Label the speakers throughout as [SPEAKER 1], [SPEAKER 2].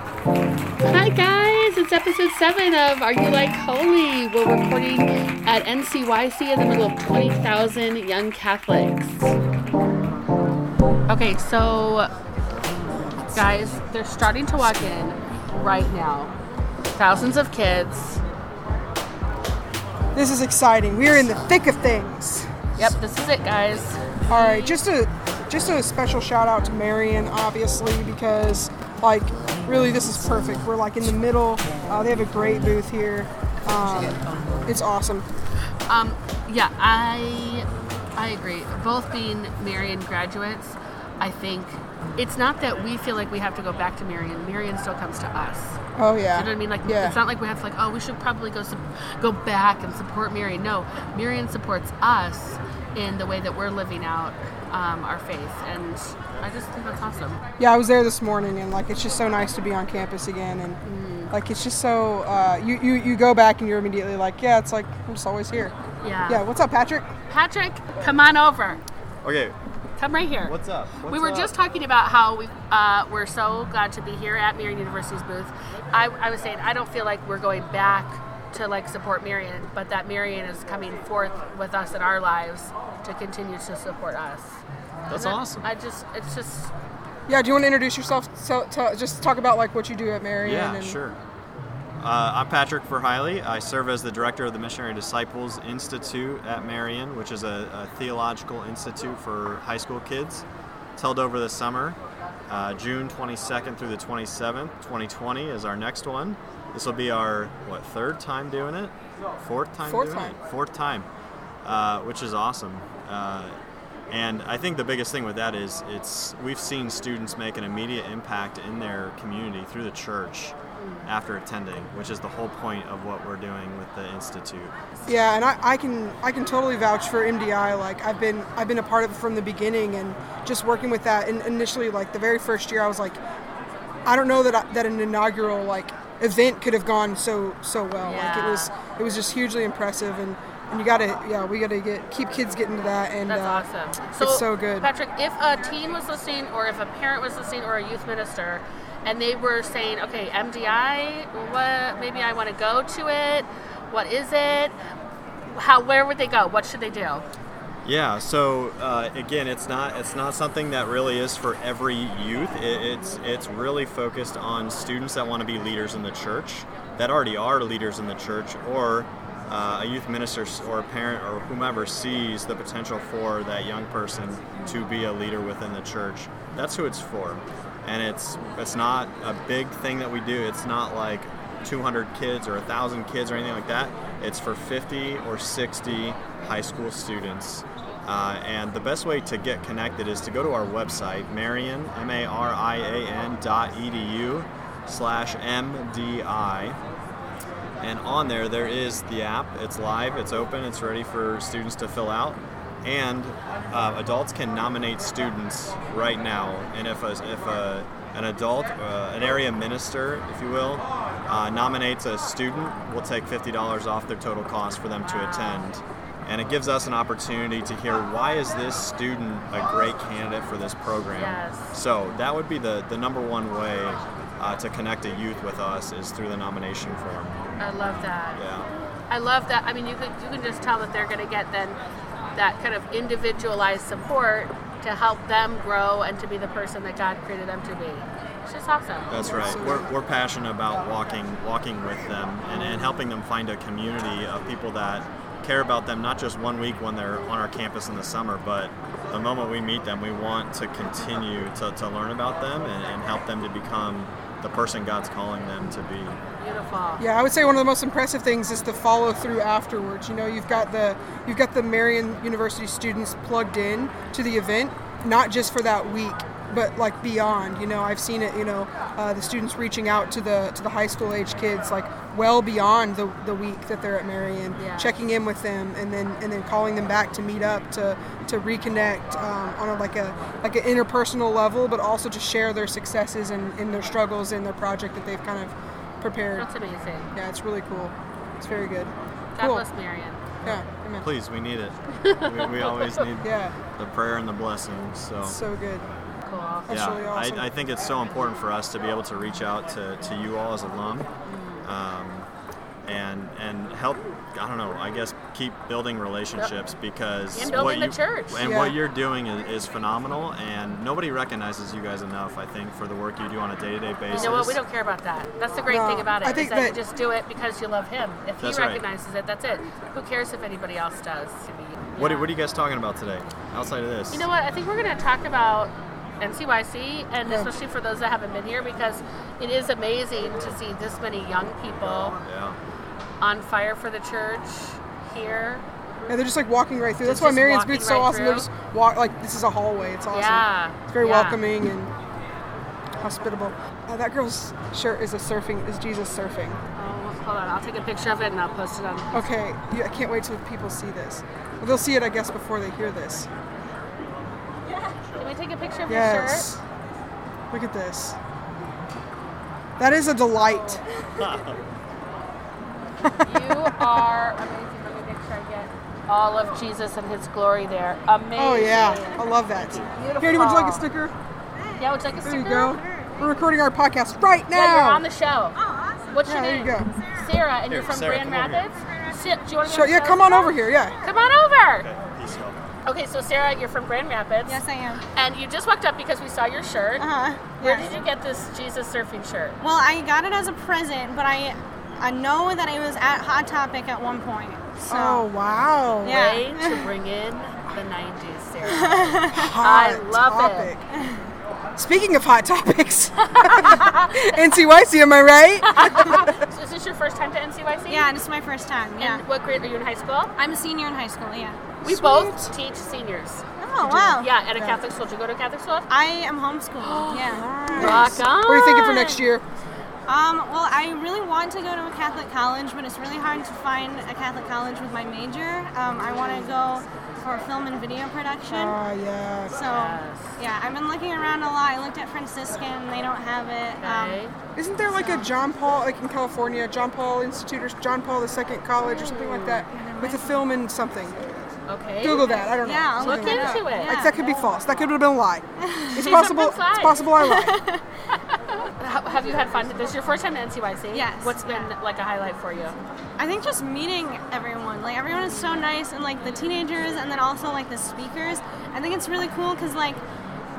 [SPEAKER 1] Hi guys, it's episode seven of Are You Like Holy? We're recording at NCYC in the middle of 20,000 young Catholics. Okay, so guys, they're starting to walk in right now. Thousands of kids.
[SPEAKER 2] This is exciting. We're in the thick of things.
[SPEAKER 1] Yep, this is it, guys.
[SPEAKER 2] All right, just a just a special shout out to Marion, obviously, because like really this is perfect. We're like in the middle. Uh, they have a great booth here. Um, it's awesome.
[SPEAKER 1] Um, yeah, I I agree. Both being Marion graduates, I think it's not that we feel like we have to go back to Marion. Marion still comes to us.
[SPEAKER 2] Oh yeah.
[SPEAKER 1] You know what I mean? Like
[SPEAKER 2] yeah.
[SPEAKER 1] it's not like we have to like, oh, we should probably go sup- go back and support Marion. No, Marion supports us in the way that we're living out um, our faith, and I just think that's awesome.
[SPEAKER 2] yeah, I was there this morning, and like it's just so nice to be on campus again, and
[SPEAKER 1] Mm.
[SPEAKER 2] like it's just so uh, you you you go back and you're immediately like, yeah, it's like I'm just always here.
[SPEAKER 1] Yeah.
[SPEAKER 2] Yeah, what's up, Patrick?
[SPEAKER 1] Patrick, come on over.
[SPEAKER 3] Okay,
[SPEAKER 1] Come right here.
[SPEAKER 3] what's up? What's
[SPEAKER 1] we were
[SPEAKER 3] up?
[SPEAKER 1] just talking about how we uh, we're so glad to be here at Marion University's booth. I, I was saying I don't feel like we're going back to like support Marion, but that Marion is coming forth with us in our lives to continue to support us.
[SPEAKER 4] That's
[SPEAKER 1] And I-
[SPEAKER 4] awesome.
[SPEAKER 1] I just it's just
[SPEAKER 2] Yeah, do you want to introduce yourself? So, tell just talk about like what you do at Marion.
[SPEAKER 3] Yeah,
[SPEAKER 2] and,
[SPEAKER 3] sure. Uh, I'm Patrick Verheiley. I serve as the director of the Missionary Disciples Institute at Marion, which is a, a theological institute for high school kids. It's held over the summer, uh, June 22nd through the 27th. 2020 is our next one. This will be our what third time doing it? Fourth time
[SPEAKER 2] Fourth
[SPEAKER 3] doing
[SPEAKER 2] time.
[SPEAKER 3] it? Fourth time, uh, which is awesome. Uh, and I think the biggest thing with that is it's we've seen students make an immediate impact in their community through the church after attending, which is the whole point of what we're doing with the institute.
[SPEAKER 2] Yeah, and I, I can I can totally vouch for MDI. Like I've been I've been a part of it from the beginning, and just working with that. And initially, like the very first year, I was like, I don't know that I, that an inaugural like event could have gone so so well. Like
[SPEAKER 1] Yeah.
[SPEAKER 2] it was it was just hugely impressive, and and you gotta yeah we gotta get keep kids getting to that. And
[SPEAKER 1] that's
[SPEAKER 2] uh,
[SPEAKER 1] awesome.
[SPEAKER 2] it's so good.
[SPEAKER 1] Patrick, if a teen was listening or if a parent was listening or a youth minister and they were saying, Okay, MDI, what maybe I want to go to it, what is it? How where would they go? What should they do?
[SPEAKER 3] Yeah. So uh, again, it's not it's not something that really is for every youth. It, it's it's really focused on students that want to be leaders in the church, that already are leaders in the church, or uh, a youth minister s- or a parent or whomever sees the potential for that young person to be a leader within the church. That's who it's for, and it's it's not a big thing that we do. It's not like 200 kids or 1,000 kids or anything like that. It's for 50 or 60 high school students. Uh, and the best way to get connected is to go to our website, Marion, M-A-R-I-A-N dot edu slash MDI. And on there, there is the app. It's live, it's open, it's ready for students to fill out. And uh, adults can nominate students right now. And if, a, if a, an adult, uh, an area minister, if you will, uh, nominates a student, we'll take $50 off their total cost for them to attend. And it gives us an opportunity to hear why is this student a great candidate for this program.
[SPEAKER 1] Yes.
[SPEAKER 3] So that would be the, the number one way uh, to connect a youth with us is through the nomination form.
[SPEAKER 1] I love that.
[SPEAKER 3] Yeah.
[SPEAKER 1] I love that. I mean, you could you can just tell that they're going to get then that kind of individualized support to help them grow and to be the person that God created them to be. It's just awesome.
[SPEAKER 3] That's right. We're, we're passionate about walking walking with them and, and helping them find a community of people that care about them not just one week when they're on our campus in the summer, but the moment we meet them, we want to continue to, to learn about them and, and help them to become the person God's calling them to be.
[SPEAKER 1] Beautiful.
[SPEAKER 2] Yeah, I would say one of the most impressive things is the follow through afterwards. You know, you've got the you've got the Marion University students plugged in to the event, not just for that week, but like beyond. You know, I've seen it. You know, uh, the students reaching out to the to the high school age kids, like well beyond the, the week that they're at Marion,
[SPEAKER 1] Yeah.
[SPEAKER 2] checking in with them, and then and then calling them back to meet up to to reconnect um, on a, like a like an interpersonal level, but also to share their successes and, and their struggles and their project that they've kind of prepared.
[SPEAKER 1] That's amazing.
[SPEAKER 2] Yeah, it's really cool. It's very good.
[SPEAKER 1] God
[SPEAKER 2] cool.
[SPEAKER 1] bless Marion.
[SPEAKER 2] Yeah, amen.
[SPEAKER 3] Please, we need it. we, we always need
[SPEAKER 2] Yeah,
[SPEAKER 3] the prayer and the blessing. So
[SPEAKER 2] so good.
[SPEAKER 1] cool.
[SPEAKER 2] That's
[SPEAKER 3] yeah,
[SPEAKER 2] really awesome.
[SPEAKER 3] I, I think it's so important for us to be able to reach out to, to you all as alum, um, and and help. I don't know. I guess keep building relationships because
[SPEAKER 1] And building
[SPEAKER 3] what
[SPEAKER 1] the
[SPEAKER 3] you
[SPEAKER 1] church.
[SPEAKER 3] and
[SPEAKER 2] Yeah.
[SPEAKER 3] what you're doing is, is phenomenal, and nobody recognizes you guys enough. I think for the work you do on a day-to-day basis.
[SPEAKER 1] You know what? We don't care about that. That's the great
[SPEAKER 2] No,
[SPEAKER 1] thing about it.
[SPEAKER 2] I
[SPEAKER 1] is
[SPEAKER 2] think
[SPEAKER 1] that,
[SPEAKER 2] that-
[SPEAKER 1] you just do it because you love him. If he
[SPEAKER 3] That's right.
[SPEAKER 1] recognizes it, that's it. Who cares if anybody else does?
[SPEAKER 3] What, are-
[SPEAKER 1] Yeah.
[SPEAKER 3] what are you guys talking about today? Outside of this,
[SPEAKER 1] You know what? I think we're going to talk about NCYC, and
[SPEAKER 2] Yeah.
[SPEAKER 1] especially for those that haven't been here, because it is amazing to see this many young people
[SPEAKER 3] Yeah.
[SPEAKER 1] on fire for the church here.
[SPEAKER 2] And they're just like walking right through. That's
[SPEAKER 1] Just-
[SPEAKER 2] why
[SPEAKER 1] just
[SPEAKER 2] Marion's
[SPEAKER 1] walking
[SPEAKER 2] Booth's so
[SPEAKER 1] right
[SPEAKER 2] awesome. They're
[SPEAKER 1] through.
[SPEAKER 2] just walk like this is a hallway. It's awesome.
[SPEAKER 1] Yeah.
[SPEAKER 2] It's very
[SPEAKER 1] yeah.
[SPEAKER 2] welcoming and hospitable. Uh, that girl's shirt is a surfing. Is Jesus surfing?
[SPEAKER 1] Oh, hold on. I'll take a picture of it and I'll post it on.
[SPEAKER 2] Okay, yeah, I can't wait till people see this. Well, they'll see it, I guess, before they hear this.
[SPEAKER 1] Can we take a picture of
[SPEAKER 2] Yes. Look at this. That is a delight.
[SPEAKER 1] your shirt? You are amazing. Let me make sure I get all of Jesus and his glory there. Amazing.
[SPEAKER 2] Oh yeah, I love that.
[SPEAKER 1] Beautiful.
[SPEAKER 2] Here, do you want to like a sticker?
[SPEAKER 1] Yeah, would you like a
[SPEAKER 2] There
[SPEAKER 1] sticker?
[SPEAKER 2] you go. We're recording our podcast right now.
[SPEAKER 1] Yeah, you're on the show. What's
[SPEAKER 2] Yeah,
[SPEAKER 1] your
[SPEAKER 2] there
[SPEAKER 1] name?
[SPEAKER 2] you
[SPEAKER 1] Sarah, and you're
[SPEAKER 3] Here,
[SPEAKER 1] from
[SPEAKER 3] Sarah,
[SPEAKER 1] Grand
[SPEAKER 3] come over here.
[SPEAKER 1] Rapids. Sit- do you want to
[SPEAKER 2] Sure, yeah, come on over here. Yeah.
[SPEAKER 1] Come on over.
[SPEAKER 3] Okay. Peace out.
[SPEAKER 1] Okay, so Sarah, you're from Grand Rapids.
[SPEAKER 4] Yes, I am.
[SPEAKER 1] And you just walked up because we saw your shirt.
[SPEAKER 4] Uh,
[SPEAKER 1] Where did you get this Jesus surfing shirt?
[SPEAKER 4] Well, I got it as a present, but I I know that it was at Hot Topic at one point. So
[SPEAKER 2] Oh wow.
[SPEAKER 4] Yeah.
[SPEAKER 1] Way to bring in the 90s, Sarah. I
[SPEAKER 2] Hot
[SPEAKER 1] love it.
[SPEAKER 2] topic. Speaking of hot topics, NCYC, am I right?
[SPEAKER 1] So is this your first time to NCYC?
[SPEAKER 4] yeah, this is my first time. Yeah,
[SPEAKER 1] And what grade are you in high school?
[SPEAKER 4] I'm a senior in high school. Yeah.
[SPEAKER 1] We
[SPEAKER 2] Sweet.
[SPEAKER 1] both teach seniors.
[SPEAKER 4] Oh wow.
[SPEAKER 1] Yeah, at a Catholic school. Do you go to a Catholic school?
[SPEAKER 4] I am homeschooled. yeah.
[SPEAKER 1] Rock on.
[SPEAKER 2] What are you thinking for next year?
[SPEAKER 4] Um, well, I really want to go to a Catholic college, but it's really hard to find a Catholic college with my major. Um, I want to go for film and video production.
[SPEAKER 2] Ah, yes.
[SPEAKER 4] So,
[SPEAKER 1] Yes.
[SPEAKER 4] yeah, I've been looking around a lot. I looked at Franciscan, they don't have it.
[SPEAKER 1] Okay.
[SPEAKER 4] Um,
[SPEAKER 2] Isn't there like a John Paul, like in California, John Paul Institute or John Paul II College or something like that with a film and something?
[SPEAKER 1] Okay.
[SPEAKER 2] Google that. I don't know.
[SPEAKER 4] Yeah, I'll
[SPEAKER 2] Something
[SPEAKER 1] Look
[SPEAKER 2] like that.
[SPEAKER 1] into it.
[SPEAKER 4] Yeah.
[SPEAKER 2] That could be false. That could have been a lie. It's
[SPEAKER 1] She
[SPEAKER 2] possible.
[SPEAKER 1] sometimes lies.
[SPEAKER 2] It's possible I lied.
[SPEAKER 1] Ha- Have you had fun? This is your first time to NCYC?
[SPEAKER 4] Yes.
[SPEAKER 1] What's been like a highlight for you?
[SPEAKER 4] I think just meeting everyone. Like everyone is so nice, and like the teenagers, and then also like the speakers. I think it's really cool because like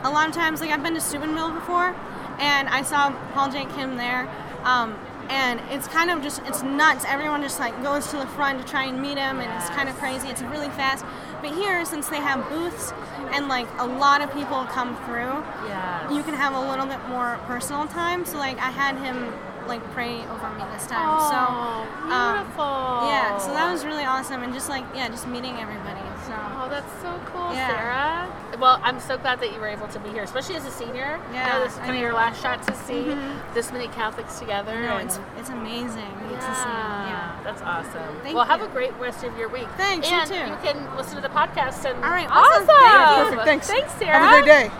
[SPEAKER 4] a lot of times, like I've been to Steubenville before, and I saw Paul J. Kim there, um, and it's kind of just it's nuts. Everyone just like goes to the front to try and meet him, and it's kind of crazy. It's really fast. But here, since they have booths and like a lot of people come through,
[SPEAKER 1] Yes.
[SPEAKER 4] you can have a little bit more personal time. So like I had him like pray over me this time.
[SPEAKER 1] Oh,
[SPEAKER 4] so um,
[SPEAKER 1] beautiful.
[SPEAKER 4] yeah, so that was really awesome, and just like yeah, just meeting everybody. So
[SPEAKER 1] Oh, that's so cool,
[SPEAKER 4] Yeah.
[SPEAKER 1] Sarah. Well, I'm so glad that you were able to be here, especially as a senior. I know
[SPEAKER 4] Yeah,
[SPEAKER 1] this is
[SPEAKER 4] I
[SPEAKER 1] kind of
[SPEAKER 4] know. Mm-hmm.
[SPEAKER 1] your last shot to see this many Catholics together.
[SPEAKER 4] no,
[SPEAKER 1] and-
[SPEAKER 4] it's it's amazing. It's
[SPEAKER 1] Yeah,
[SPEAKER 4] insane. Yeah.
[SPEAKER 1] that's awesome.
[SPEAKER 4] Thank
[SPEAKER 1] well, have
[SPEAKER 4] you.
[SPEAKER 1] a great rest of your week.
[SPEAKER 4] Thanks, you
[SPEAKER 1] and
[SPEAKER 4] too.
[SPEAKER 1] can listen to the podcast. And
[SPEAKER 4] All right, awesome. Thank you.
[SPEAKER 2] Perfect. Thanks.
[SPEAKER 1] Thanks, Sarah.
[SPEAKER 2] Have a great day.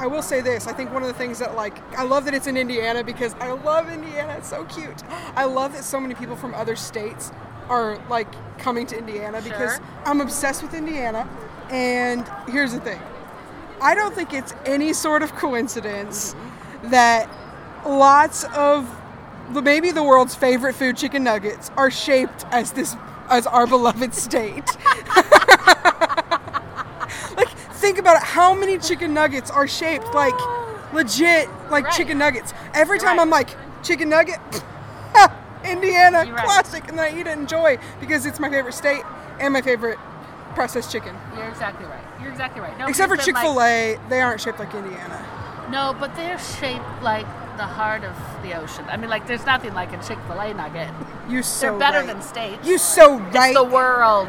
[SPEAKER 2] I will say this. I think one of the things that like I love that it's in Indiana because I love Indiana. It's so cute. I love that so many people from other states are like coming to Indiana because
[SPEAKER 1] Sure.
[SPEAKER 2] I'm obsessed with Indiana. And here's the thing. I don't think it's any sort of coincidence
[SPEAKER 1] Mm-hmm.
[SPEAKER 2] that lots of the maybe the world's favorite food chicken nuggets are shaped as this as our beloved state. like think about it how many chicken nuggets are shaped like legit like
[SPEAKER 1] Right.
[SPEAKER 2] chicken nuggets every
[SPEAKER 1] You're
[SPEAKER 2] time
[SPEAKER 1] right.
[SPEAKER 2] i'm like chicken nugget ha, indiana
[SPEAKER 1] You're right.
[SPEAKER 2] classic and then i eat it and enjoy because it's my favorite state and my favorite processed chicken
[SPEAKER 1] You're exactly right. You're exactly right. No,
[SPEAKER 2] except for
[SPEAKER 1] it's been like-
[SPEAKER 2] chick-fil-a they aren't shaped like indiana
[SPEAKER 1] No, but they're shaped like the heart of the ocean. I mean, like there's nothing like a Chick Fil A nugget.
[SPEAKER 2] you so
[SPEAKER 1] they're better
[SPEAKER 2] right.
[SPEAKER 1] than states.
[SPEAKER 2] you so right
[SPEAKER 1] the world.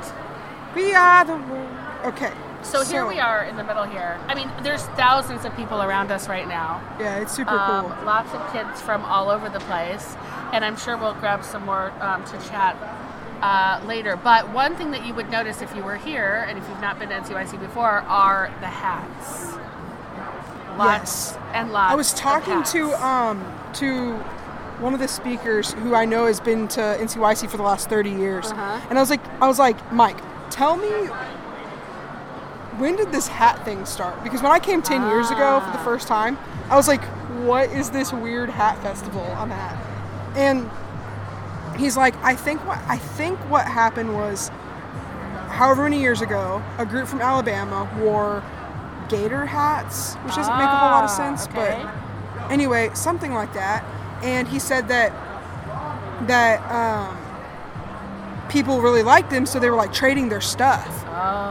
[SPEAKER 2] we are the world okay
[SPEAKER 1] So here we are in the middle here. I mean, there's thousands of people around us right now.
[SPEAKER 2] yeah it's super
[SPEAKER 1] Um,
[SPEAKER 2] cool
[SPEAKER 1] Lots of kids from all over the place, and I'm sure we'll grab some more um, to chat uh, later. But one thing that you would notice if you were here and if you've not been to NCYC before are the hats. Lots
[SPEAKER 2] Yes.
[SPEAKER 1] and lots.
[SPEAKER 2] I was
[SPEAKER 1] of
[SPEAKER 2] talking
[SPEAKER 1] hats.
[SPEAKER 2] to um, to one of the speakers who I know has been to NCYC for the last thirty years,
[SPEAKER 1] Uh-huh.
[SPEAKER 2] and I was like, I was like, Mike, tell me when did this hat thing start? Because when I came 10 years ago
[SPEAKER 1] Ah.
[SPEAKER 2] for the first time, I was like, what is this weird hat festival I'm at? And he's like, I think what I think what happened was however many years ago, a group from Alabama wore gator hats, which doesn't make a whole lot of
[SPEAKER 1] Ah,
[SPEAKER 2] sense,
[SPEAKER 1] okay.
[SPEAKER 2] but anyway, something like that. And he said that that um, people really liked them, so they were like trading their stuff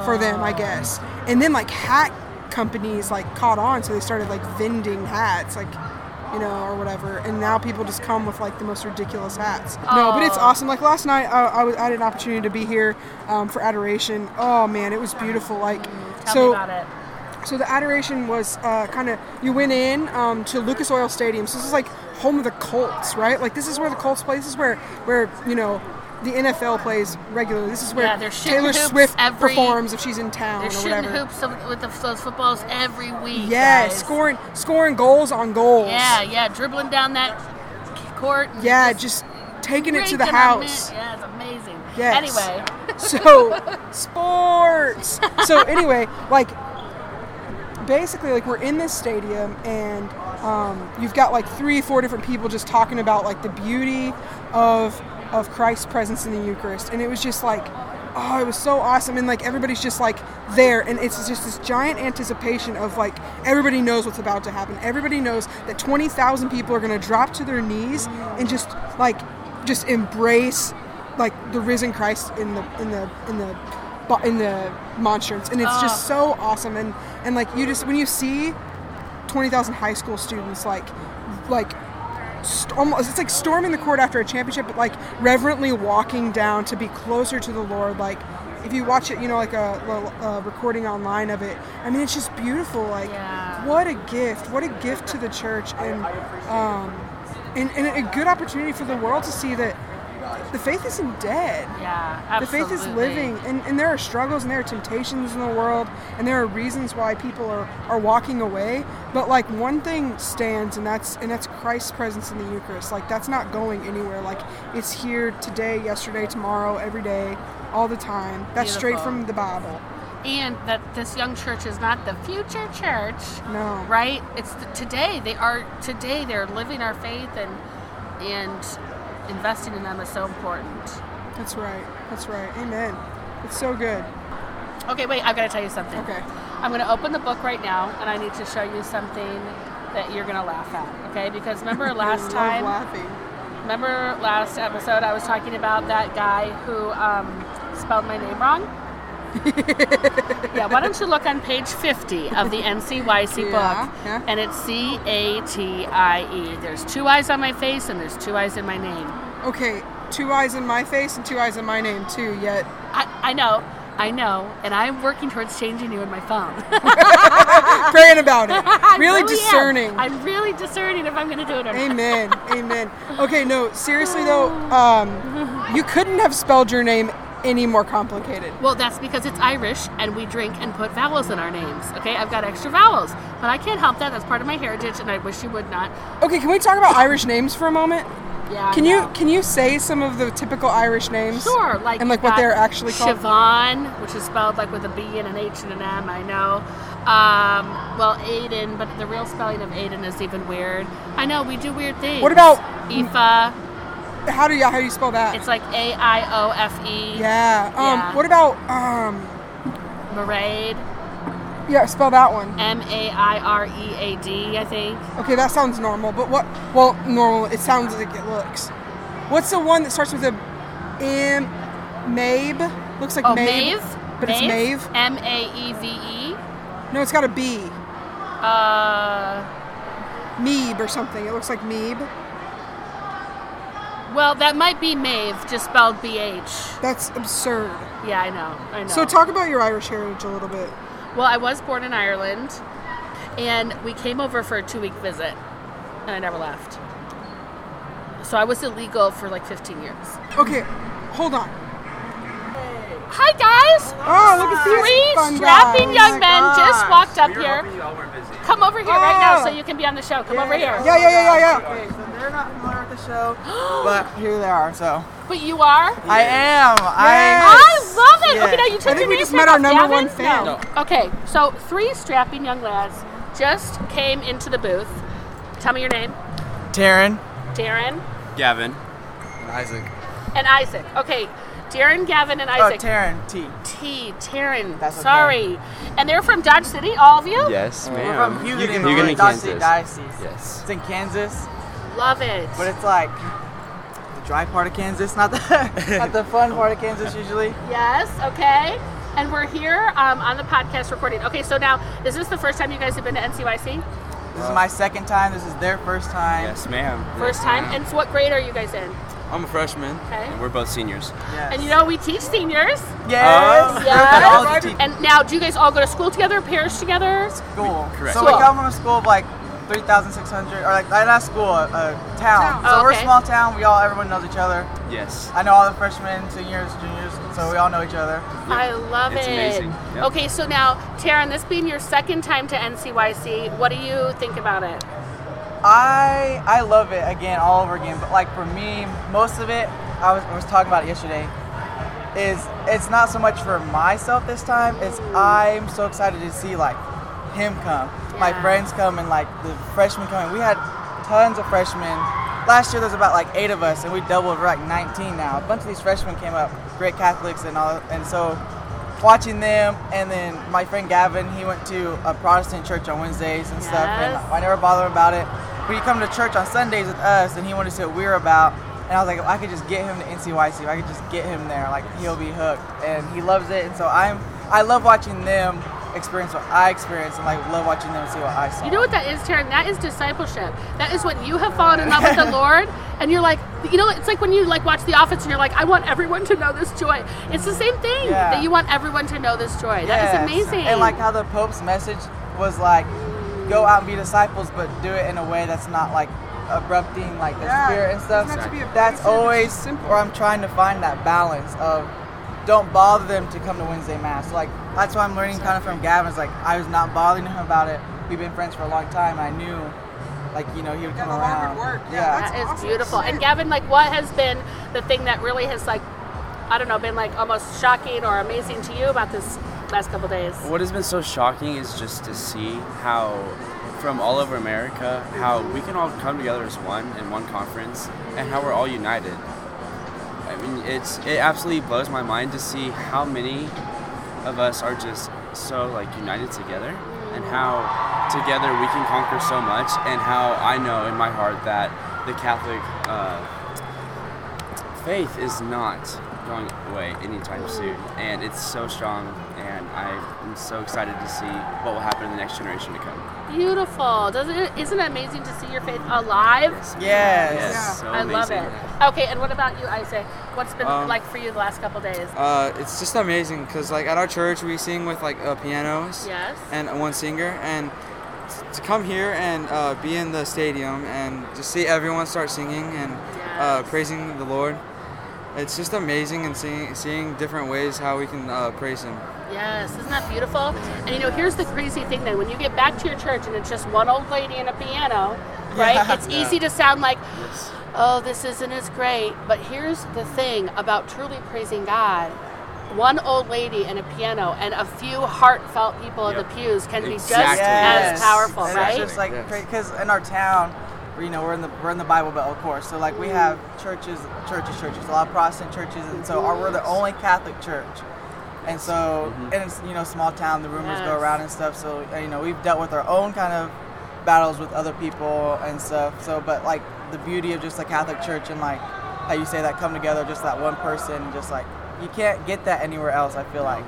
[SPEAKER 2] for them, I guess. And then like hat companies like caught on, so they started like vending hats, like you know, or whatever. And now people just come with like the most ridiculous hats. No, but it's awesome. Like last night, uh, I, was, I had an opportunity to be here um, for adoration. Oh man, it was beautiful. Like
[SPEAKER 1] Tell
[SPEAKER 2] so.
[SPEAKER 1] me about it.
[SPEAKER 2] So the adoration was uh, kind of you went in um, to Lucas Oil Stadium. So this is like home of the Colts, right? Like this is where the Colts plays. This is where where you know the NFL plays regularly. This is where
[SPEAKER 1] Yeah, they're shooting
[SPEAKER 2] Taylor
[SPEAKER 1] hoops
[SPEAKER 2] Swift
[SPEAKER 1] every-
[SPEAKER 2] performs if she's in town
[SPEAKER 1] They're
[SPEAKER 2] or
[SPEAKER 1] shooting
[SPEAKER 2] whatever.
[SPEAKER 1] hoops of- with the, those footballs every week.
[SPEAKER 2] yeah,
[SPEAKER 1] guys.
[SPEAKER 2] scoring scoring goals on goals.
[SPEAKER 1] Yeah, yeah, dribbling down that court. and
[SPEAKER 2] yeah, just taking it to the
[SPEAKER 1] raking 'em in.
[SPEAKER 2] house.
[SPEAKER 1] Yeah, it's amazing.
[SPEAKER 2] Yes.
[SPEAKER 1] Anyway,
[SPEAKER 2] So sports. So anyway, like basically like we're in this stadium and um, you've got like three, four different people just talking about like the beauty of of Christ's presence in the Eucharist, and it was just like. Oh, it was so awesome, and like everybody's just like there, and it's just this giant anticipation of like everybody knows what's about to happen. Everybody knows that twenty thousand people are gonna drop to their knees and just like just embrace like the risen Christ in the in the in the bo- in the monstrance, and it's just so awesome. And and like you just when you see twenty thousand high school students like like st- almost it's like storming the court after a championship, but like reverently walking down to be closer to the Lord, like. If you watch it, you know, like a, little, uh recording online of it. I mean, it's just beautiful. Like,
[SPEAKER 1] Yeah.
[SPEAKER 2] what a gift! What a gift to the church, and um, and, and a good opportunity for the world to see that the faith isn't dead.
[SPEAKER 1] yeah,
[SPEAKER 2] The faith
[SPEAKER 1] absolutely.
[SPEAKER 2] is living, and, and there are struggles and there are temptations in the world, and there are reasons why people are, are walking away. But like one thing stands, and that's and that's Christ's presence in the Eucharist. Like that's not going anywhere. Like it's here today, yesterday, tomorrow, every day, all the time. That's straight
[SPEAKER 1] Beautiful.
[SPEAKER 2] from the Bible.
[SPEAKER 1] And that this young church is not the future church,
[SPEAKER 2] No,
[SPEAKER 1] right? It's the, today. They are today. They're living our faith and and investing in them is so important.
[SPEAKER 2] that's right. That's right. Amen. It's so good.
[SPEAKER 1] Okay, wait. I've got to tell you something.
[SPEAKER 2] Okay.
[SPEAKER 1] I'm going to open the book right now, and I need to show you something that you're going to laugh at. Okay? Because remember
[SPEAKER 2] I
[SPEAKER 1] last
[SPEAKER 2] love
[SPEAKER 1] time.
[SPEAKER 2] laughing.
[SPEAKER 1] Remember last episode I was talking about that guy who um, spelled my name wrong? yeah, why don't you look on page 50 of the NCYC
[SPEAKER 2] Yeah,
[SPEAKER 1] book?
[SPEAKER 2] yeah.
[SPEAKER 1] And it's C A T I E. There's two eyes on my face and there's two eyes in my name.
[SPEAKER 2] Okay, two eyes in my face and two eyes in my name too. Yet
[SPEAKER 1] I, I know, I know, and I'm working towards changing you in my phone.
[SPEAKER 2] praying about it,
[SPEAKER 1] I
[SPEAKER 2] really
[SPEAKER 1] am.
[SPEAKER 2] discerning.
[SPEAKER 1] I'm really discerning if I'm going to do it or not.
[SPEAKER 2] Amen. Amen. Okay, no, seriously though, um, you couldn't have spelled your name any more complicated.
[SPEAKER 1] Well, that's because it's Irish and we drink and put vowels in our names. Okay, I've got extra vowels, but I can't help that. That's part of my heritage, and I wish you would not.
[SPEAKER 2] Okay, can we talk about Irish names for a moment?
[SPEAKER 1] Yeah. I
[SPEAKER 2] Can you
[SPEAKER 1] know.
[SPEAKER 2] can you say some of the typical Irish names?
[SPEAKER 1] Sure, like you've
[SPEAKER 2] and like what
[SPEAKER 1] got
[SPEAKER 2] they're actually called.
[SPEAKER 1] Siobhan, which is spelled like with a B and an H and an M. I know. Um, well, Aiden, but the real spelling of Aiden is even weird. I know we do weird things.
[SPEAKER 2] What about-
[SPEAKER 1] Aoife?
[SPEAKER 2] How do you how do you spell that?
[SPEAKER 1] It's like A I O F E.
[SPEAKER 2] yeah. Um.
[SPEAKER 1] Yeah.
[SPEAKER 2] What about um?
[SPEAKER 1] Mairead,
[SPEAKER 2] Yeah, spell that one.
[SPEAKER 1] M A I R E A D. I think.
[SPEAKER 2] Okay, that sounds normal. But what? Well, normal. It sounds like it looks. What's the one that starts with a M? Mabe. Looks like
[SPEAKER 1] Oh,
[SPEAKER 2] Mabe.
[SPEAKER 1] Maeve.
[SPEAKER 2] But it's Maeve.
[SPEAKER 1] M A E V E.
[SPEAKER 2] No, it's got a B.
[SPEAKER 1] Uh,
[SPEAKER 2] Meeb or something. It looks like Meeb.
[SPEAKER 1] well, that might be Maeve, just spelled BH.
[SPEAKER 2] That's absurd.
[SPEAKER 1] Yeah, I know. I know.
[SPEAKER 2] So talk about your Irish heritage a little bit.
[SPEAKER 1] well, I was born in Ireland, and we came over for a two-week visit, and I never left. So I was illegal for like 15 years.
[SPEAKER 2] Okay, hold on.
[SPEAKER 1] Hi guys!
[SPEAKER 2] Oh, look at these fun
[SPEAKER 1] Three strapping
[SPEAKER 2] guys.
[SPEAKER 1] young men just walked up
[SPEAKER 5] we were
[SPEAKER 1] here.
[SPEAKER 5] hoping you all were busy.
[SPEAKER 1] Come over here right
[SPEAKER 2] Oh.
[SPEAKER 1] now so you can be on the show. Come over here.
[SPEAKER 2] Yeah, yeah, yeah, yeah, yeah.
[SPEAKER 6] Okay, so they're not familiar with the show, but here they are. So
[SPEAKER 1] But you are?
[SPEAKER 6] I am.
[SPEAKER 2] Yes.
[SPEAKER 6] I
[SPEAKER 1] I love did. Okay, now you took
[SPEAKER 2] I think
[SPEAKER 1] your
[SPEAKER 2] we
[SPEAKER 1] name
[SPEAKER 2] just
[SPEAKER 1] tag
[SPEAKER 2] met our
[SPEAKER 1] off,
[SPEAKER 2] number
[SPEAKER 1] Gavin?
[SPEAKER 2] one fan.
[SPEAKER 1] No. Okay, so three strapping young lads just came into the booth. Tell me your name,
[SPEAKER 5] Taryn.
[SPEAKER 1] Darren
[SPEAKER 6] Gavin.
[SPEAKER 5] And Isaac.
[SPEAKER 1] and Isaac. Okay, Darren, Gavin, and
[SPEAKER 5] Oh,
[SPEAKER 1] Isaac.
[SPEAKER 5] Taryn. T.
[SPEAKER 1] T. Taryn.
[SPEAKER 5] That's okay.
[SPEAKER 1] sorry. And they're from Dodge City, all of you.
[SPEAKER 6] Yes,
[SPEAKER 5] We're from
[SPEAKER 6] ma'am.
[SPEAKER 5] Hugoton,
[SPEAKER 6] Hugoton,
[SPEAKER 5] Hugoton Kansas.
[SPEAKER 6] Kansas.
[SPEAKER 5] Diocese.
[SPEAKER 6] Yes.
[SPEAKER 5] It's in Kansas,
[SPEAKER 1] Love it.
[SPEAKER 5] but it's like the dry part of Kansas, not the not the fun part of Kansas usually.
[SPEAKER 1] Yes, okay. And we're here um, on the podcast recording. Okay, so now, is this the first time you guys have been to NCYC?
[SPEAKER 5] This is my second time. This is their first time.
[SPEAKER 6] Yes, ma'am.
[SPEAKER 1] First time? And so what grade are you guys in?
[SPEAKER 6] I'm a freshman.
[SPEAKER 1] Okay.
[SPEAKER 6] And we're both seniors.
[SPEAKER 5] Yes.
[SPEAKER 1] And you know, we teach seniors.
[SPEAKER 5] Yes.
[SPEAKER 6] Oh.
[SPEAKER 5] All
[SPEAKER 1] Yes.
[SPEAKER 5] the teachers.
[SPEAKER 1] and now, do you guys all go to school together, parish together?
[SPEAKER 5] school.
[SPEAKER 6] Correct.
[SPEAKER 5] So we
[SPEAKER 1] School.
[SPEAKER 5] come from a school of like 3,600, or like not school, a, a town.
[SPEAKER 1] Town.
[SPEAKER 5] So
[SPEAKER 1] Oh,
[SPEAKER 5] we're a
[SPEAKER 1] okay.
[SPEAKER 5] small town. We all, everyone knows each other.
[SPEAKER 6] Yes.
[SPEAKER 5] I know all the freshmen, seniors, juniors, so we all know each other.
[SPEAKER 1] I love
[SPEAKER 6] It's
[SPEAKER 1] it.
[SPEAKER 6] amazing. Yep.
[SPEAKER 1] Okay, so now, Taryn, this being your second time to NCYC, what do you think about it?
[SPEAKER 5] I I love it again all over again. But like for me, most of it I was, I was talking about it yesterday. Is it's not so much for myself this time. It's I'm so excited to see like him come, my
[SPEAKER 1] Yeah.
[SPEAKER 5] friends come, and like the freshmen coming. We had tons of freshmen. Last year there was about like eight of us, and we doubled. We're like 19 now. A bunch of these freshmen came up, great Catholics and all, and so watching them. And then my friend Gavin, he went to a Protestant church on Wednesdays and stuff, and
[SPEAKER 1] Yes.
[SPEAKER 5] I never bother him about it. But he come to church on Sundays with us, and he wanted to see what we were about. And I was like, if I could just get him to NCYC, if I could just get him there, like he'll be hooked. And he loves it, and so I'm, I love watching them experience what I experienced, and like love watching them see what I saw.
[SPEAKER 1] You know what that is, Taryn? That is discipleship. That is when you have fallen in love with the Lord, and you're like, you know, it's like when you like watch The Office, and you're like, I want everyone to know this joy. It's the same thing
[SPEAKER 5] Yeah.
[SPEAKER 1] that you want everyone to know this joy. That
[SPEAKER 5] Yes.
[SPEAKER 1] is amazing.
[SPEAKER 5] And like how the Pope's message was like, go out and be disciples, but do it in a way that's not like abrupting like the
[SPEAKER 2] Yeah,
[SPEAKER 5] spirit and stuff.
[SPEAKER 2] it doesn't have to be abrasive,
[SPEAKER 5] that's
[SPEAKER 2] it's
[SPEAKER 5] always
[SPEAKER 2] just simple.
[SPEAKER 5] where I'm trying to find that balance of don't bother them to come to Wednesday mass. Like that's why I'm learning kind of from Gavin. It's like I was not bothering him about it. We've been friends for a long time. I knew, like you know, he would
[SPEAKER 2] Got
[SPEAKER 5] come
[SPEAKER 2] a lot of
[SPEAKER 5] around.
[SPEAKER 2] work. Yeah,
[SPEAKER 1] That
[SPEAKER 2] That's
[SPEAKER 1] is
[SPEAKER 2] awesome.
[SPEAKER 1] beautiful. And Gavin, like, what has been the thing that really has, like, I don't know, been like almost shocking or amazing to you about this last couple days?
[SPEAKER 6] What has been so shocking is just to see how, from all over America, how we can all come together as one in one conference and how we're all united. I mean, it's it absolutely blows my mind to see how many of us are just so like united together and how together we can conquer so much and how I know in my heart that the Catholic uh, faith is not going away anytime soon and it's so strong and i'm so excited to see what will happen in the next generation to come
[SPEAKER 1] Beautiful. Doesn't it, isn't it amazing to see your faith alive?
[SPEAKER 5] Yes.
[SPEAKER 6] yes so
[SPEAKER 1] I love
[SPEAKER 6] amazing.
[SPEAKER 1] it. Okay, and what about you, Isaac? What's been like for you the last couple days?
[SPEAKER 7] Uh, it's just amazing because like at our church we sing with like uh, pianos
[SPEAKER 1] Yes.
[SPEAKER 7] and one singer and t- to come here and uh, be in the stadium and to see everyone start singing and uh,
[SPEAKER 1] Yes.
[SPEAKER 7] praising the Lord, it's just amazing and seeing seeing different ways how we can uh, praise Him.
[SPEAKER 1] Yes, isn't that beautiful? And you know, here's the crazy thing then when you get back to your church and it's just one old lady and a piano, right? It's easy to sound like, oh, this isn't as great. But here's the thing about truly praising God one old lady and a piano and a few heartfelt people in the pews can be just
[SPEAKER 6] Exactly.
[SPEAKER 1] as powerful,
[SPEAKER 5] And
[SPEAKER 1] right?
[SPEAKER 5] It's just like because in our town, you know, we're in the we're in the Bible Belt, of course. So like we have
[SPEAKER 1] Mm.
[SPEAKER 5] churches, churches, churches, a lot of Protestant churches, and so our, we're the
[SPEAKER 1] Mm-hmm.
[SPEAKER 5] only Catholic church. And so, and it's you know, small town. The rumors go
[SPEAKER 1] Yes.
[SPEAKER 5] around and stuff. So uh, you know, we've dealt with our own kind of battles with other people and stuff. So, but like the beauty of just the Catholic Church and like how you say that come together, just that one person, just like you can't get that anywhere else. I feel like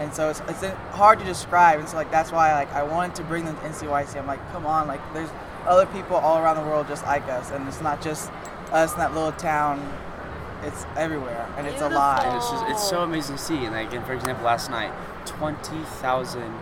[SPEAKER 5] and so it's, it's hard to describe and so like that's why like i wanted to bring them to ncyc i'm like come on like there's other people all around the world just like us and it's not just us in that little town it's everywhere and it's
[SPEAKER 6] and
[SPEAKER 5] alive
[SPEAKER 6] it's just it's so amazing to see and like and for example last night 20000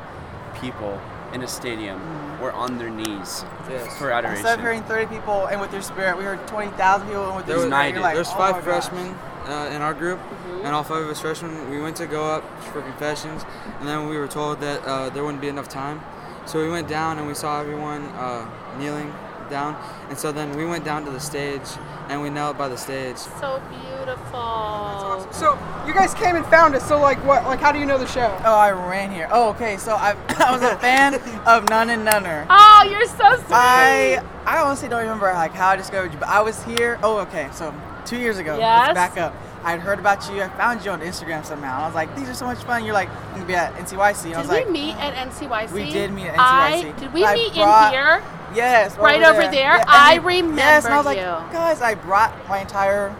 [SPEAKER 6] people in a stadium were on their knees
[SPEAKER 7] Yes.
[SPEAKER 6] for adoration
[SPEAKER 5] instead of hearing 30 people and with your spirit we heard 20000 people and with
[SPEAKER 7] There
[SPEAKER 5] your
[SPEAKER 7] was-
[SPEAKER 5] spirit
[SPEAKER 6] United.
[SPEAKER 5] you're like,
[SPEAKER 7] There's
[SPEAKER 5] oh
[SPEAKER 7] five
[SPEAKER 5] my gosh.
[SPEAKER 7] freshmen uh, in our group, and all five of us freshmen, we went to go up for confessions, and then we were told that uh, there wouldn't be enough time. So we went down and we saw everyone uh, kneeling down. And so then we went down to the stage and we knelt by the stage.
[SPEAKER 1] So beautiful.
[SPEAKER 2] So you guys came and found us. So like what? Like how do you know the show?
[SPEAKER 5] Oh, I ran here. Oh, okay. So I, I was a fan of Nun and Nunner.
[SPEAKER 1] Oh, you're so sweet.
[SPEAKER 5] I I honestly don't remember like how I discovered you, but I was here. Oh, okay. So two years ago,
[SPEAKER 1] Yes.
[SPEAKER 5] let's back up. I had heard about you. I found you on Instagram somehow. I was like, these are so much fun. You're like, you can be at NCYC. And I
[SPEAKER 1] did
[SPEAKER 5] was
[SPEAKER 1] we
[SPEAKER 5] like,
[SPEAKER 1] meet at NCYC?
[SPEAKER 5] We did meet at
[SPEAKER 1] I,
[SPEAKER 5] NCYC.
[SPEAKER 1] did we
[SPEAKER 5] I
[SPEAKER 1] meet
[SPEAKER 5] brought-
[SPEAKER 1] in here?
[SPEAKER 5] yes,
[SPEAKER 1] Right over there?
[SPEAKER 5] and
[SPEAKER 1] I
[SPEAKER 5] you- Yes, and I was like,
[SPEAKER 1] remembered you.
[SPEAKER 5] guys, I brought my entire.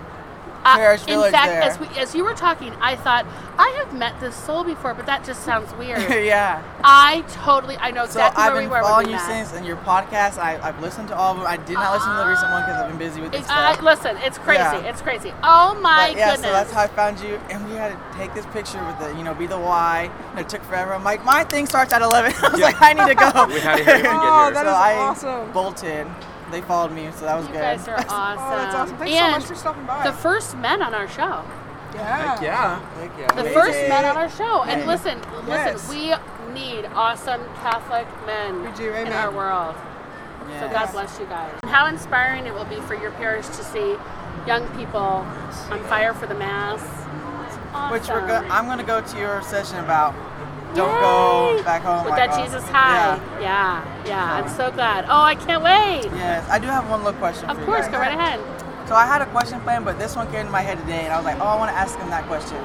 [SPEAKER 1] Uh,
[SPEAKER 5] Parish
[SPEAKER 1] in
[SPEAKER 5] Village
[SPEAKER 1] fact,
[SPEAKER 5] there.
[SPEAKER 1] as we, as you were talking, I thought I have met this soul before, but that just sounds weird.
[SPEAKER 5] yeah.
[SPEAKER 1] I totally, I know
[SPEAKER 5] So
[SPEAKER 1] exactly
[SPEAKER 5] I've
[SPEAKER 1] where we
[SPEAKER 5] been
[SPEAKER 1] were when
[SPEAKER 5] following
[SPEAKER 1] we
[SPEAKER 5] you
[SPEAKER 1] met.
[SPEAKER 5] since, and your podcast. I, I've listened to all of them. I did not listen to the recent one because I've been busy with this
[SPEAKER 1] It's,
[SPEAKER 5] stuff.
[SPEAKER 1] uh, listen, it's crazy.
[SPEAKER 5] Yeah.
[SPEAKER 1] It's crazy. Oh my
[SPEAKER 5] But yeah,
[SPEAKER 1] goodness.
[SPEAKER 5] so that's how I found you, and we had to take this picture with the, you know, be the Y. And it took forever. I'm like, my thing starts at 11. I was
[SPEAKER 6] Yeah.
[SPEAKER 5] like, I need to go.
[SPEAKER 6] We had to hurry up and get
[SPEAKER 2] Oh,
[SPEAKER 6] here.
[SPEAKER 2] that
[SPEAKER 5] so
[SPEAKER 2] is
[SPEAKER 5] I
[SPEAKER 2] awesome.
[SPEAKER 5] bolted. They followed me, so that was
[SPEAKER 1] you
[SPEAKER 5] good.
[SPEAKER 1] guys are awesome.
[SPEAKER 2] Oh, that's awesome. Thanks so
[SPEAKER 1] and
[SPEAKER 2] much for stopping by.
[SPEAKER 1] the first men on our show.
[SPEAKER 2] yeah.
[SPEAKER 7] yeah. Heck yeah.
[SPEAKER 1] The
[SPEAKER 5] Amazing.
[SPEAKER 1] first men on our show. And listen, listen,
[SPEAKER 2] Yes.
[SPEAKER 1] we need awesome Catholic men
[SPEAKER 2] We do.
[SPEAKER 1] in
[SPEAKER 2] Amen.
[SPEAKER 1] our world. So
[SPEAKER 5] Yes.
[SPEAKER 1] God bless you guys. How inspiring it will be for your parish to see young people on fire for the mass. Awesome.
[SPEAKER 5] Which we're go- I'm gonna go to your session about. Don't
[SPEAKER 1] Yay!
[SPEAKER 5] go back home.
[SPEAKER 1] With
[SPEAKER 5] like,
[SPEAKER 1] that
[SPEAKER 5] oh,
[SPEAKER 1] Jesus high. Yeah. yeah, I'm so glad. Oh, I can't wait.
[SPEAKER 5] Yeah. Yes, I do have one little question.
[SPEAKER 1] Of
[SPEAKER 5] for you
[SPEAKER 1] course,
[SPEAKER 5] guys.
[SPEAKER 1] go right ahead.
[SPEAKER 5] So I had a question planned, but this one came to my head today, and I was like, oh, I want to ask him that question.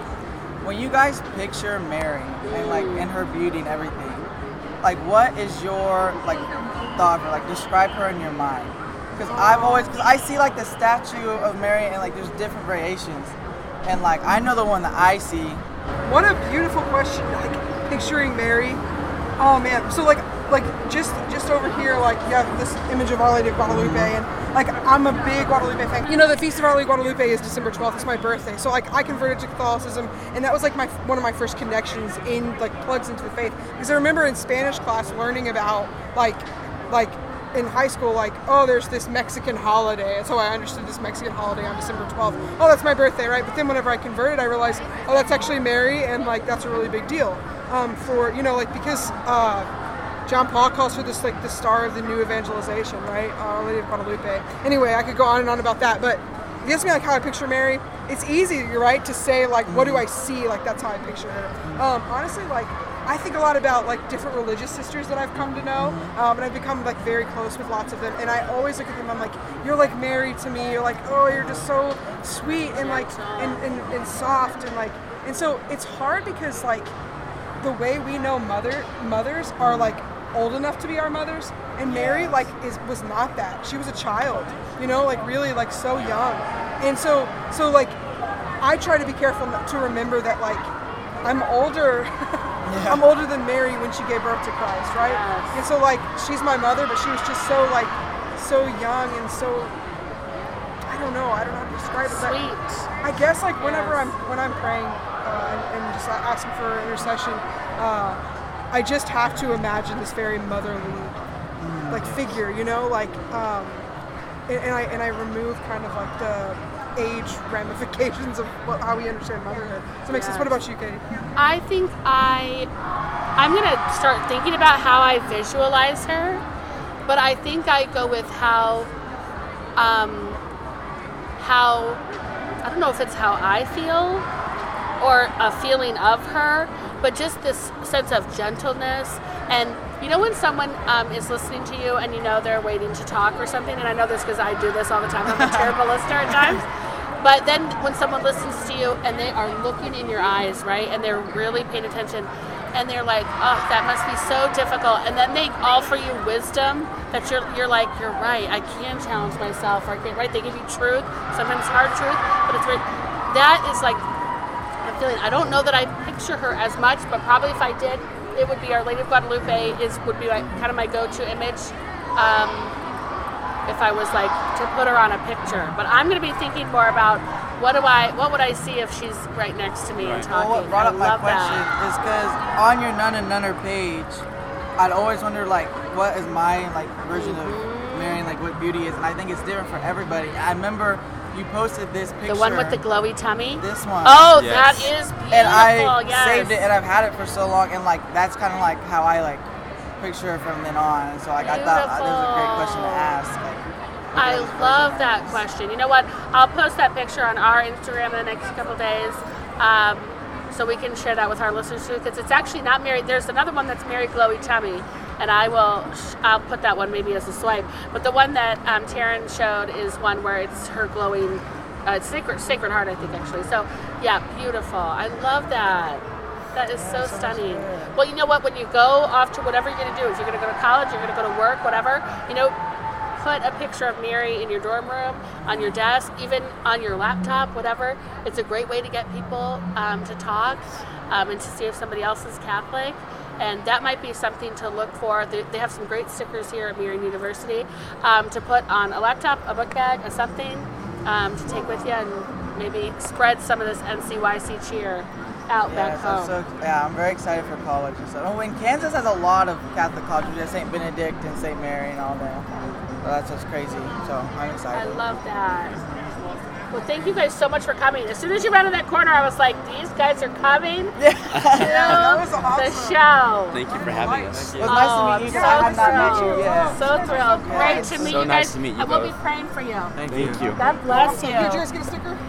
[SPEAKER 5] When you guys picture Mary and like in her beauty and everything, like what is your like thought or like describe her in your mind? Because I've always, because I see like the statue of Mary and like there's different variations, and like I know the one that I see.
[SPEAKER 2] What a beautiful question. Like picturing Mary. Oh man. So like like just just over here, like you have this image of Our Lady of Guadalupe, and like I'm a big Guadalupe fan. You know, the Feast of Our Lady of Guadalupe is December 12th. It's my birthday, so like I converted to Catholicism, and that was like my one of my first connections in like plugs into the faith. Because I remember in Spanish class learning about like like in high school, like, oh, there's this Mexican holiday. And so I understood this Mexican holiday on December 12th. Oh, that's my birthday, right? But then whenever I converted, I realized, oh, that's actually Mary, and like, that's a really big deal. Um, for, you know, like, because uh, John Paul calls her this, like, the star of the new evangelization, right? Our Lady of Guadalupe. Anyway, I could go on and on about that, but it gives me, like, how I picture Mary. It's easy, you're right, to say, like, what do I see? Like, that's how I picture her. Um, honestly, like, I think a lot about like different religious sisters that I've come to know, um, and I've become like very close with lots of them. And I always look at them, I'm like, you're like married to me. You're like, oh, you're just so sweet and like and, and, and soft and like. And so it's hard because like the way we know mother mothers are like old enough to be our mothers, and Mary
[SPEAKER 5] Yes.
[SPEAKER 2] like is was not that. She was a child, you know, like really like so young. And so so like I try to be careful not to remember that like I'm older. I'm older than Mary when she gave birth to Christ, right?
[SPEAKER 1] Yes.
[SPEAKER 2] And so like she's my mother, but she was just so like so young and so I don't know, I don't know how to describe it. but-
[SPEAKER 1] Sweet.
[SPEAKER 2] I guess like whenever
[SPEAKER 1] Yes.
[SPEAKER 2] I'm when I'm praying uh, and, and just a- asking for intercession, uh, I just have to imagine this very motherly
[SPEAKER 1] Mm.
[SPEAKER 2] like figure, you know, like um, and, and I and I remove kind of like the age ramifications of what, how we understand motherhood. So it makes sense. What about you, Katie?
[SPEAKER 1] I think I I'm gonna start thinking about how I visualize her, but I think I go with how um, how I don't know if it's how I feel or a feeling of her, but just this sense of gentleness and you know when someone um, is listening to you and you know they're waiting to talk or something, and I know this because I do this all the time. I'm a terrible listener at times. But then when someone listens to you and they are looking in your eyes, right, and they're really paying attention, and they're like, "Oh, that must be so difficult," and then they offer you wisdom that you're you're like, "You're right. I can challenge myself. Or I can right." They give you truth, sometimes hard truth, but it's right. That is like I'm feeling. I don't know that I picture her as much, but probably if I did, it would be Our Lady of Guadalupe is would be like kind of my go-to image. Um, if I was like to put her on a picture, but I'm going to be thinking more about what do I, what would I see if she's right next to me and
[SPEAKER 6] Right.
[SPEAKER 1] talking.
[SPEAKER 5] Well, what brought
[SPEAKER 1] I
[SPEAKER 5] up my
[SPEAKER 1] love
[SPEAKER 5] question
[SPEAKER 1] that.
[SPEAKER 5] is because on your Nun and Nunner page, I'd always wonder like, what is my like version of Mary and like what beauty is, and I think it's different for everybody. I remember you posted this picture.
[SPEAKER 1] The one with the glowy tummy.
[SPEAKER 5] This one.
[SPEAKER 1] Oh,
[SPEAKER 3] Yes.
[SPEAKER 1] that is beautiful.
[SPEAKER 5] and I
[SPEAKER 1] yes.
[SPEAKER 5] saved it, and I've had it for so long, and like that's kind of like how I like picture from then on. So like I thought uh, that was a great question to ask. Like,
[SPEAKER 1] I
[SPEAKER 5] great question
[SPEAKER 1] love
[SPEAKER 5] to
[SPEAKER 1] that
[SPEAKER 5] ask.
[SPEAKER 1] question. You know what? I'll post that picture on our Instagram in the next couple days, um, so we can share that with our listeners too. Because it's actually not Mary. There's another one that's Mary Glowy Tummy, and I will. sh- I'll put that one maybe as a swipe. But the one that um, Taryn showed is one where it's her glowing. Uh, it's Sacred Sacred Heart, I think actually. So yeah, beautiful. I love that. That is so stunning. Well, you know what? When you go off to whatever you're going to do, if you're going to go to college, you're going to go to work, whatever. You know, put a picture of Mary in your dorm room, on your desk, even on your laptop, whatever. It's a great way to get people um, to talk um, and to see if somebody else is Catholic. And that might be something to look for. They they have some great stickers here at Marion University um, to put on a laptop, a book bag, or something um, to take with you and maybe spread some of this NCYC cheer out back
[SPEAKER 5] Yes,
[SPEAKER 1] home.
[SPEAKER 5] I'm so, yeah, I'm very excited for college and stuff. Oh, and Kansas has a lot of Catholic colleges. There's St. Benedict and St. Mary and all that. So that's what's crazy. So I'm
[SPEAKER 1] I
[SPEAKER 5] excited.
[SPEAKER 1] love that. Well, thank you guys so much for coming. As soon as you rounded that corner, I was like, these guys are coming yeah. to
[SPEAKER 2] was
[SPEAKER 1] the
[SPEAKER 2] awesome.
[SPEAKER 1] show.
[SPEAKER 6] Thank you for having us.
[SPEAKER 5] It was nice
[SPEAKER 1] Oh,
[SPEAKER 5] to meet you.
[SPEAKER 1] I'm
[SPEAKER 5] guys. I have not met
[SPEAKER 1] thrilled.
[SPEAKER 5] you yet.
[SPEAKER 1] So thrilled. Great to meet
[SPEAKER 6] So
[SPEAKER 1] you guys.
[SPEAKER 6] nice to meet you
[SPEAKER 1] I will be
[SPEAKER 6] both.
[SPEAKER 1] praying for you.
[SPEAKER 7] Thank,
[SPEAKER 6] Thank you.
[SPEAKER 1] God bless you.
[SPEAKER 2] Awesome. Did you guys get a sticker?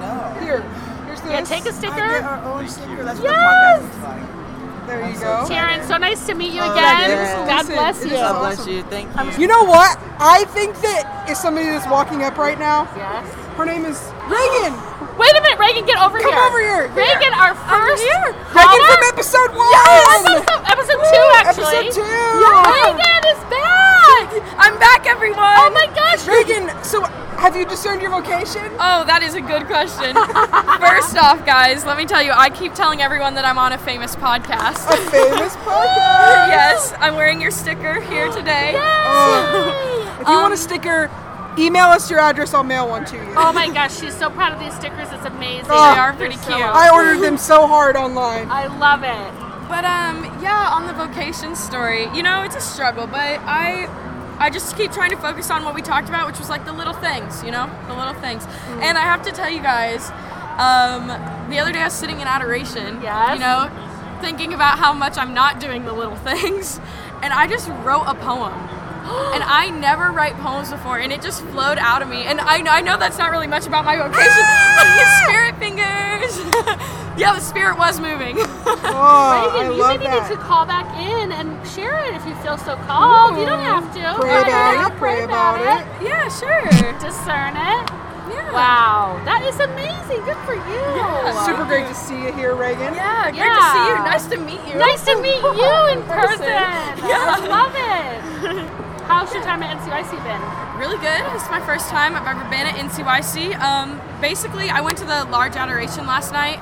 [SPEAKER 5] No.
[SPEAKER 2] Here, here's this.
[SPEAKER 1] Yeah, take a
[SPEAKER 5] Get
[SPEAKER 1] sticker.
[SPEAKER 5] our own sticker. That's
[SPEAKER 1] Yes!
[SPEAKER 5] what the podcast is like.
[SPEAKER 2] There you go.
[SPEAKER 1] Taryn, so nice to meet you
[SPEAKER 5] Oh,
[SPEAKER 1] again.
[SPEAKER 5] yeah.
[SPEAKER 1] God
[SPEAKER 2] Listen,
[SPEAKER 1] bless
[SPEAKER 2] it
[SPEAKER 1] you.
[SPEAKER 2] is
[SPEAKER 5] God
[SPEAKER 2] awesome.
[SPEAKER 5] bless you. Thank
[SPEAKER 2] You know what? I think that if somebody that's walking up right now,
[SPEAKER 1] Yes.
[SPEAKER 2] her name is Reagan.
[SPEAKER 1] Wait a minute, Reagan, get over
[SPEAKER 2] Come
[SPEAKER 1] here.
[SPEAKER 2] over here.
[SPEAKER 1] Reagan, our first
[SPEAKER 2] Reagan
[SPEAKER 1] caller?
[SPEAKER 2] from episode one.
[SPEAKER 1] Episode, episode two, actually.
[SPEAKER 2] Episode two.
[SPEAKER 1] Reagan is back.
[SPEAKER 8] I'm back, everyone.
[SPEAKER 1] Oh my gosh.
[SPEAKER 2] Reagan, so have you discerned your vocation?
[SPEAKER 8] Oh, that is a good question. First off, guys, let me tell you, I keep telling everyone that I'm on a famous podcast.
[SPEAKER 2] A famous podcast.
[SPEAKER 8] yes, I'm wearing your sticker here today.
[SPEAKER 2] If you want a sticker, email us your address. I'll mail one to you.
[SPEAKER 1] Um, Oh my gosh, she's so proud of these stickers. It's amazing.
[SPEAKER 2] Oh,
[SPEAKER 8] They are pretty
[SPEAKER 1] They're
[SPEAKER 8] cute.
[SPEAKER 2] I ordered them so hard online.
[SPEAKER 1] I love it.
[SPEAKER 8] But um, yeah, on the vocation story, you know, it's a struggle, but I I just keep trying to focus on what we talked about, which was like the little things, you know, the little things. And I have to tell you guys, um, the other day I was sitting in adoration,
[SPEAKER 1] Yes.
[SPEAKER 8] you know, thinking about how much I'm not doing the little things, and I just wrote a poem. And I never write poems before, and it just flowed out of me. And I, I know that's not really much about my vocation. spirit fingers. yeah, the spirit was moving.
[SPEAKER 2] Oh,
[SPEAKER 1] Reagan,
[SPEAKER 2] I
[SPEAKER 1] you
[SPEAKER 2] love
[SPEAKER 1] maybe need to
[SPEAKER 2] that.
[SPEAKER 1] call back in and share it if you feel so called. You don't have to.
[SPEAKER 2] Pray
[SPEAKER 1] I'll
[SPEAKER 2] about it. Pray about it.
[SPEAKER 8] Yeah, sure.
[SPEAKER 1] Discern it.
[SPEAKER 8] Yeah.
[SPEAKER 1] Wow, that is amazing. Good for you.
[SPEAKER 8] Yeah.
[SPEAKER 2] Super great to see you here, Reagan.
[SPEAKER 8] Yeah, great to
[SPEAKER 1] Yeah.
[SPEAKER 8] see you. Nice to meet you.
[SPEAKER 1] Nice to meet you in person. I
[SPEAKER 8] Yeah.
[SPEAKER 1] love it. How's your time at NCIC been?
[SPEAKER 8] Really good. This is my first time I've ever been at NCYC. Um, basically, I went to the large adoration last night.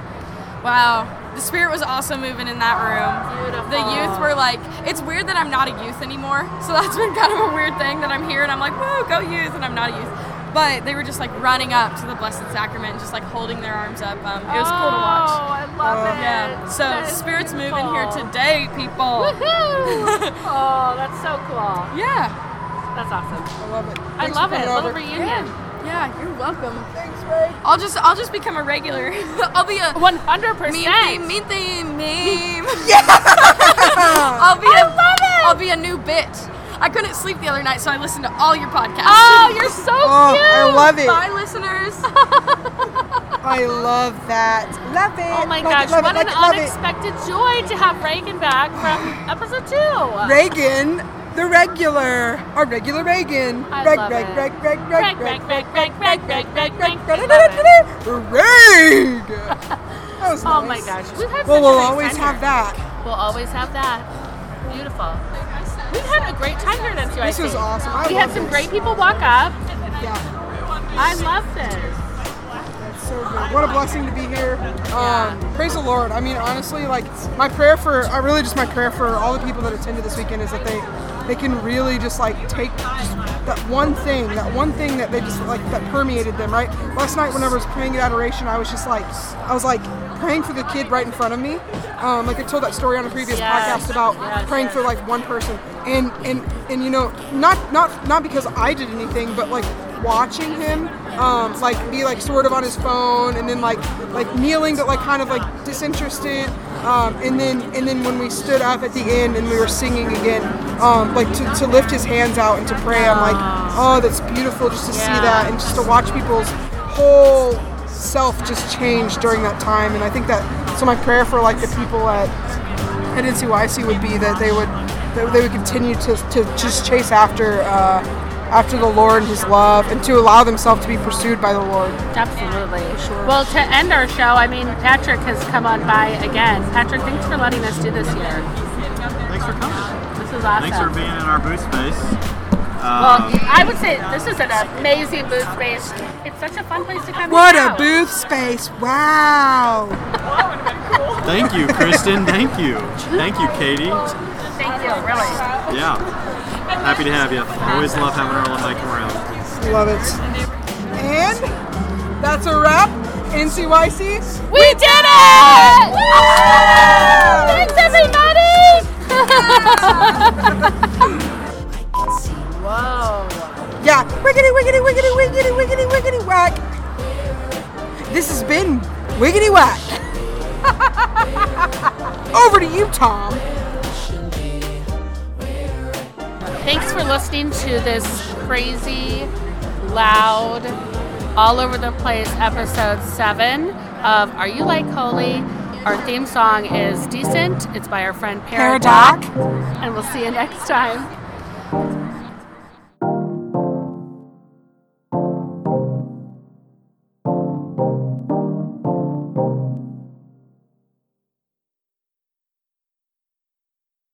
[SPEAKER 8] Wow. The spirit was also moving in that room.
[SPEAKER 1] Beautiful.
[SPEAKER 8] The youth were like, it's weird that I'm not a youth anymore. So that's been kind of a weird thing that I'm here and I'm like, whoa, go youth, and I'm not a youth. But they were just like running up to the Blessed Sacrament, and just like holding their arms up. Um, it was cool to
[SPEAKER 1] Oh,
[SPEAKER 8] watch.
[SPEAKER 1] I love it.
[SPEAKER 8] Yeah. So
[SPEAKER 1] That
[SPEAKER 8] the
[SPEAKER 1] is
[SPEAKER 8] spirit's moving here
[SPEAKER 1] beautiful.
[SPEAKER 8] today, people.
[SPEAKER 1] Woohoo! oh, that's so cool.
[SPEAKER 8] Yeah.
[SPEAKER 1] That's awesome.
[SPEAKER 2] I love it.
[SPEAKER 1] I
[SPEAKER 2] Thanks
[SPEAKER 1] love
[SPEAKER 2] for
[SPEAKER 1] it.
[SPEAKER 2] coming
[SPEAKER 1] Little
[SPEAKER 2] over.
[SPEAKER 1] reunion.
[SPEAKER 8] Yeah, you're welcome. Thanks, Ray. I'll just I'll just become a regular. I'll be a
[SPEAKER 1] One hundred percent.
[SPEAKER 8] meme theme, meme theme, meme. Yeah. I'll be a love it. I'll be a new bitch. I couldn't sleep the other night, so I listened to all your podcasts.
[SPEAKER 1] Oh, you're so
[SPEAKER 2] Oh,
[SPEAKER 1] cute.
[SPEAKER 2] I love it.
[SPEAKER 8] Bye, listeners.
[SPEAKER 2] I love that. Love it.
[SPEAKER 1] Oh my
[SPEAKER 2] Like it,
[SPEAKER 1] gosh,
[SPEAKER 2] love
[SPEAKER 1] what an
[SPEAKER 2] it, like it, love it.
[SPEAKER 1] unexpected joy to have Reagan back from episode two.
[SPEAKER 2] Reagan, the regular, our regular Reagan.
[SPEAKER 1] I
[SPEAKER 2] Reg,
[SPEAKER 1] love
[SPEAKER 2] reg,
[SPEAKER 1] it.
[SPEAKER 2] reg, reg,
[SPEAKER 1] Reg,
[SPEAKER 2] reg,
[SPEAKER 1] reg,
[SPEAKER 2] reg,
[SPEAKER 1] reg, reg, reg, reg, reg, reg,
[SPEAKER 2] reg,
[SPEAKER 1] reg,
[SPEAKER 2] reg,
[SPEAKER 1] love it.
[SPEAKER 2] reg, reg. That was
[SPEAKER 1] Oh my
[SPEAKER 2] nice.
[SPEAKER 1] gosh, we've had
[SPEAKER 2] Well,
[SPEAKER 1] such
[SPEAKER 2] we'll
[SPEAKER 1] a great
[SPEAKER 2] always
[SPEAKER 1] time
[SPEAKER 2] have
[SPEAKER 1] here.
[SPEAKER 2] that.
[SPEAKER 1] We'll always have that. Beautiful. We've had a great time here at NCIC.
[SPEAKER 2] This was awesome. I
[SPEAKER 1] We had
[SPEAKER 2] love
[SPEAKER 1] some
[SPEAKER 2] this.
[SPEAKER 1] great people walk up.
[SPEAKER 2] Yeah,
[SPEAKER 1] I love this.
[SPEAKER 2] so good. What a blessing to be here. Um, praise the Lord. I mean, honestly, like my prayer for, I really just my prayer for all the people that attended this weekend is that they, they can really just like take just that one thing, that one thing that they just like that permeated them. Right. Last night, whenever I was praying at adoration, I was just like, I was like praying for the kid right in front of me. Um, like I told that story on a previous
[SPEAKER 1] Yes.
[SPEAKER 2] podcast about
[SPEAKER 1] Yes,
[SPEAKER 2] praying
[SPEAKER 1] yes.
[SPEAKER 2] for like one person, and and and you know, not not not because I did anything, but like watching him, um, like be like sort of on his phone, and then like like kneeling, but like kind of like disinterested, Um, and then and then when we stood up at the end and we were singing again, um, like to, to lift his hands out and to pray, I'm like, oh, that's beautiful just to see that and just to watch people's whole self just change during that time. And I think that so my prayer for like the people at at NCYC would be that they would that they would continue to, to just chase after uh, after the Lord and His love and to allow themselves to be pursued by the Lord.
[SPEAKER 1] Absolutely. Well, to end our show, I mean, Patrick has come on by again. Patrick, thanks for letting us do this here.
[SPEAKER 3] Thanks for coming.
[SPEAKER 1] This is awesome.
[SPEAKER 3] Thanks for being in our booth space.
[SPEAKER 1] Well,
[SPEAKER 3] Um,
[SPEAKER 1] I would say this is an amazing booth space. It's such a fun place to come.
[SPEAKER 2] What
[SPEAKER 1] hang
[SPEAKER 2] a
[SPEAKER 1] out.
[SPEAKER 2] booth space! Wow.
[SPEAKER 3] thank you, Kristen. Thank you. Thank you, Katie.
[SPEAKER 1] Thank you, really.
[SPEAKER 3] Yeah. Happy to have you. Always love having our alumni come around.
[SPEAKER 2] Love it. And that's a wrap. NCYC.
[SPEAKER 8] We did it! Thanks, everybody!
[SPEAKER 2] Yeah. Wiggity, wiggity, wiggity, wiggity, wiggity, wiggity, whack. This has been Wiggity Whack. Over to you, Tom.
[SPEAKER 1] Thanks for listening to this crazy, loud, all over the place episode seven of Are You Like Holy? Our theme song is Decent. It's by our friend Paradoc.
[SPEAKER 2] Paradoc.
[SPEAKER 1] And we'll see you next time.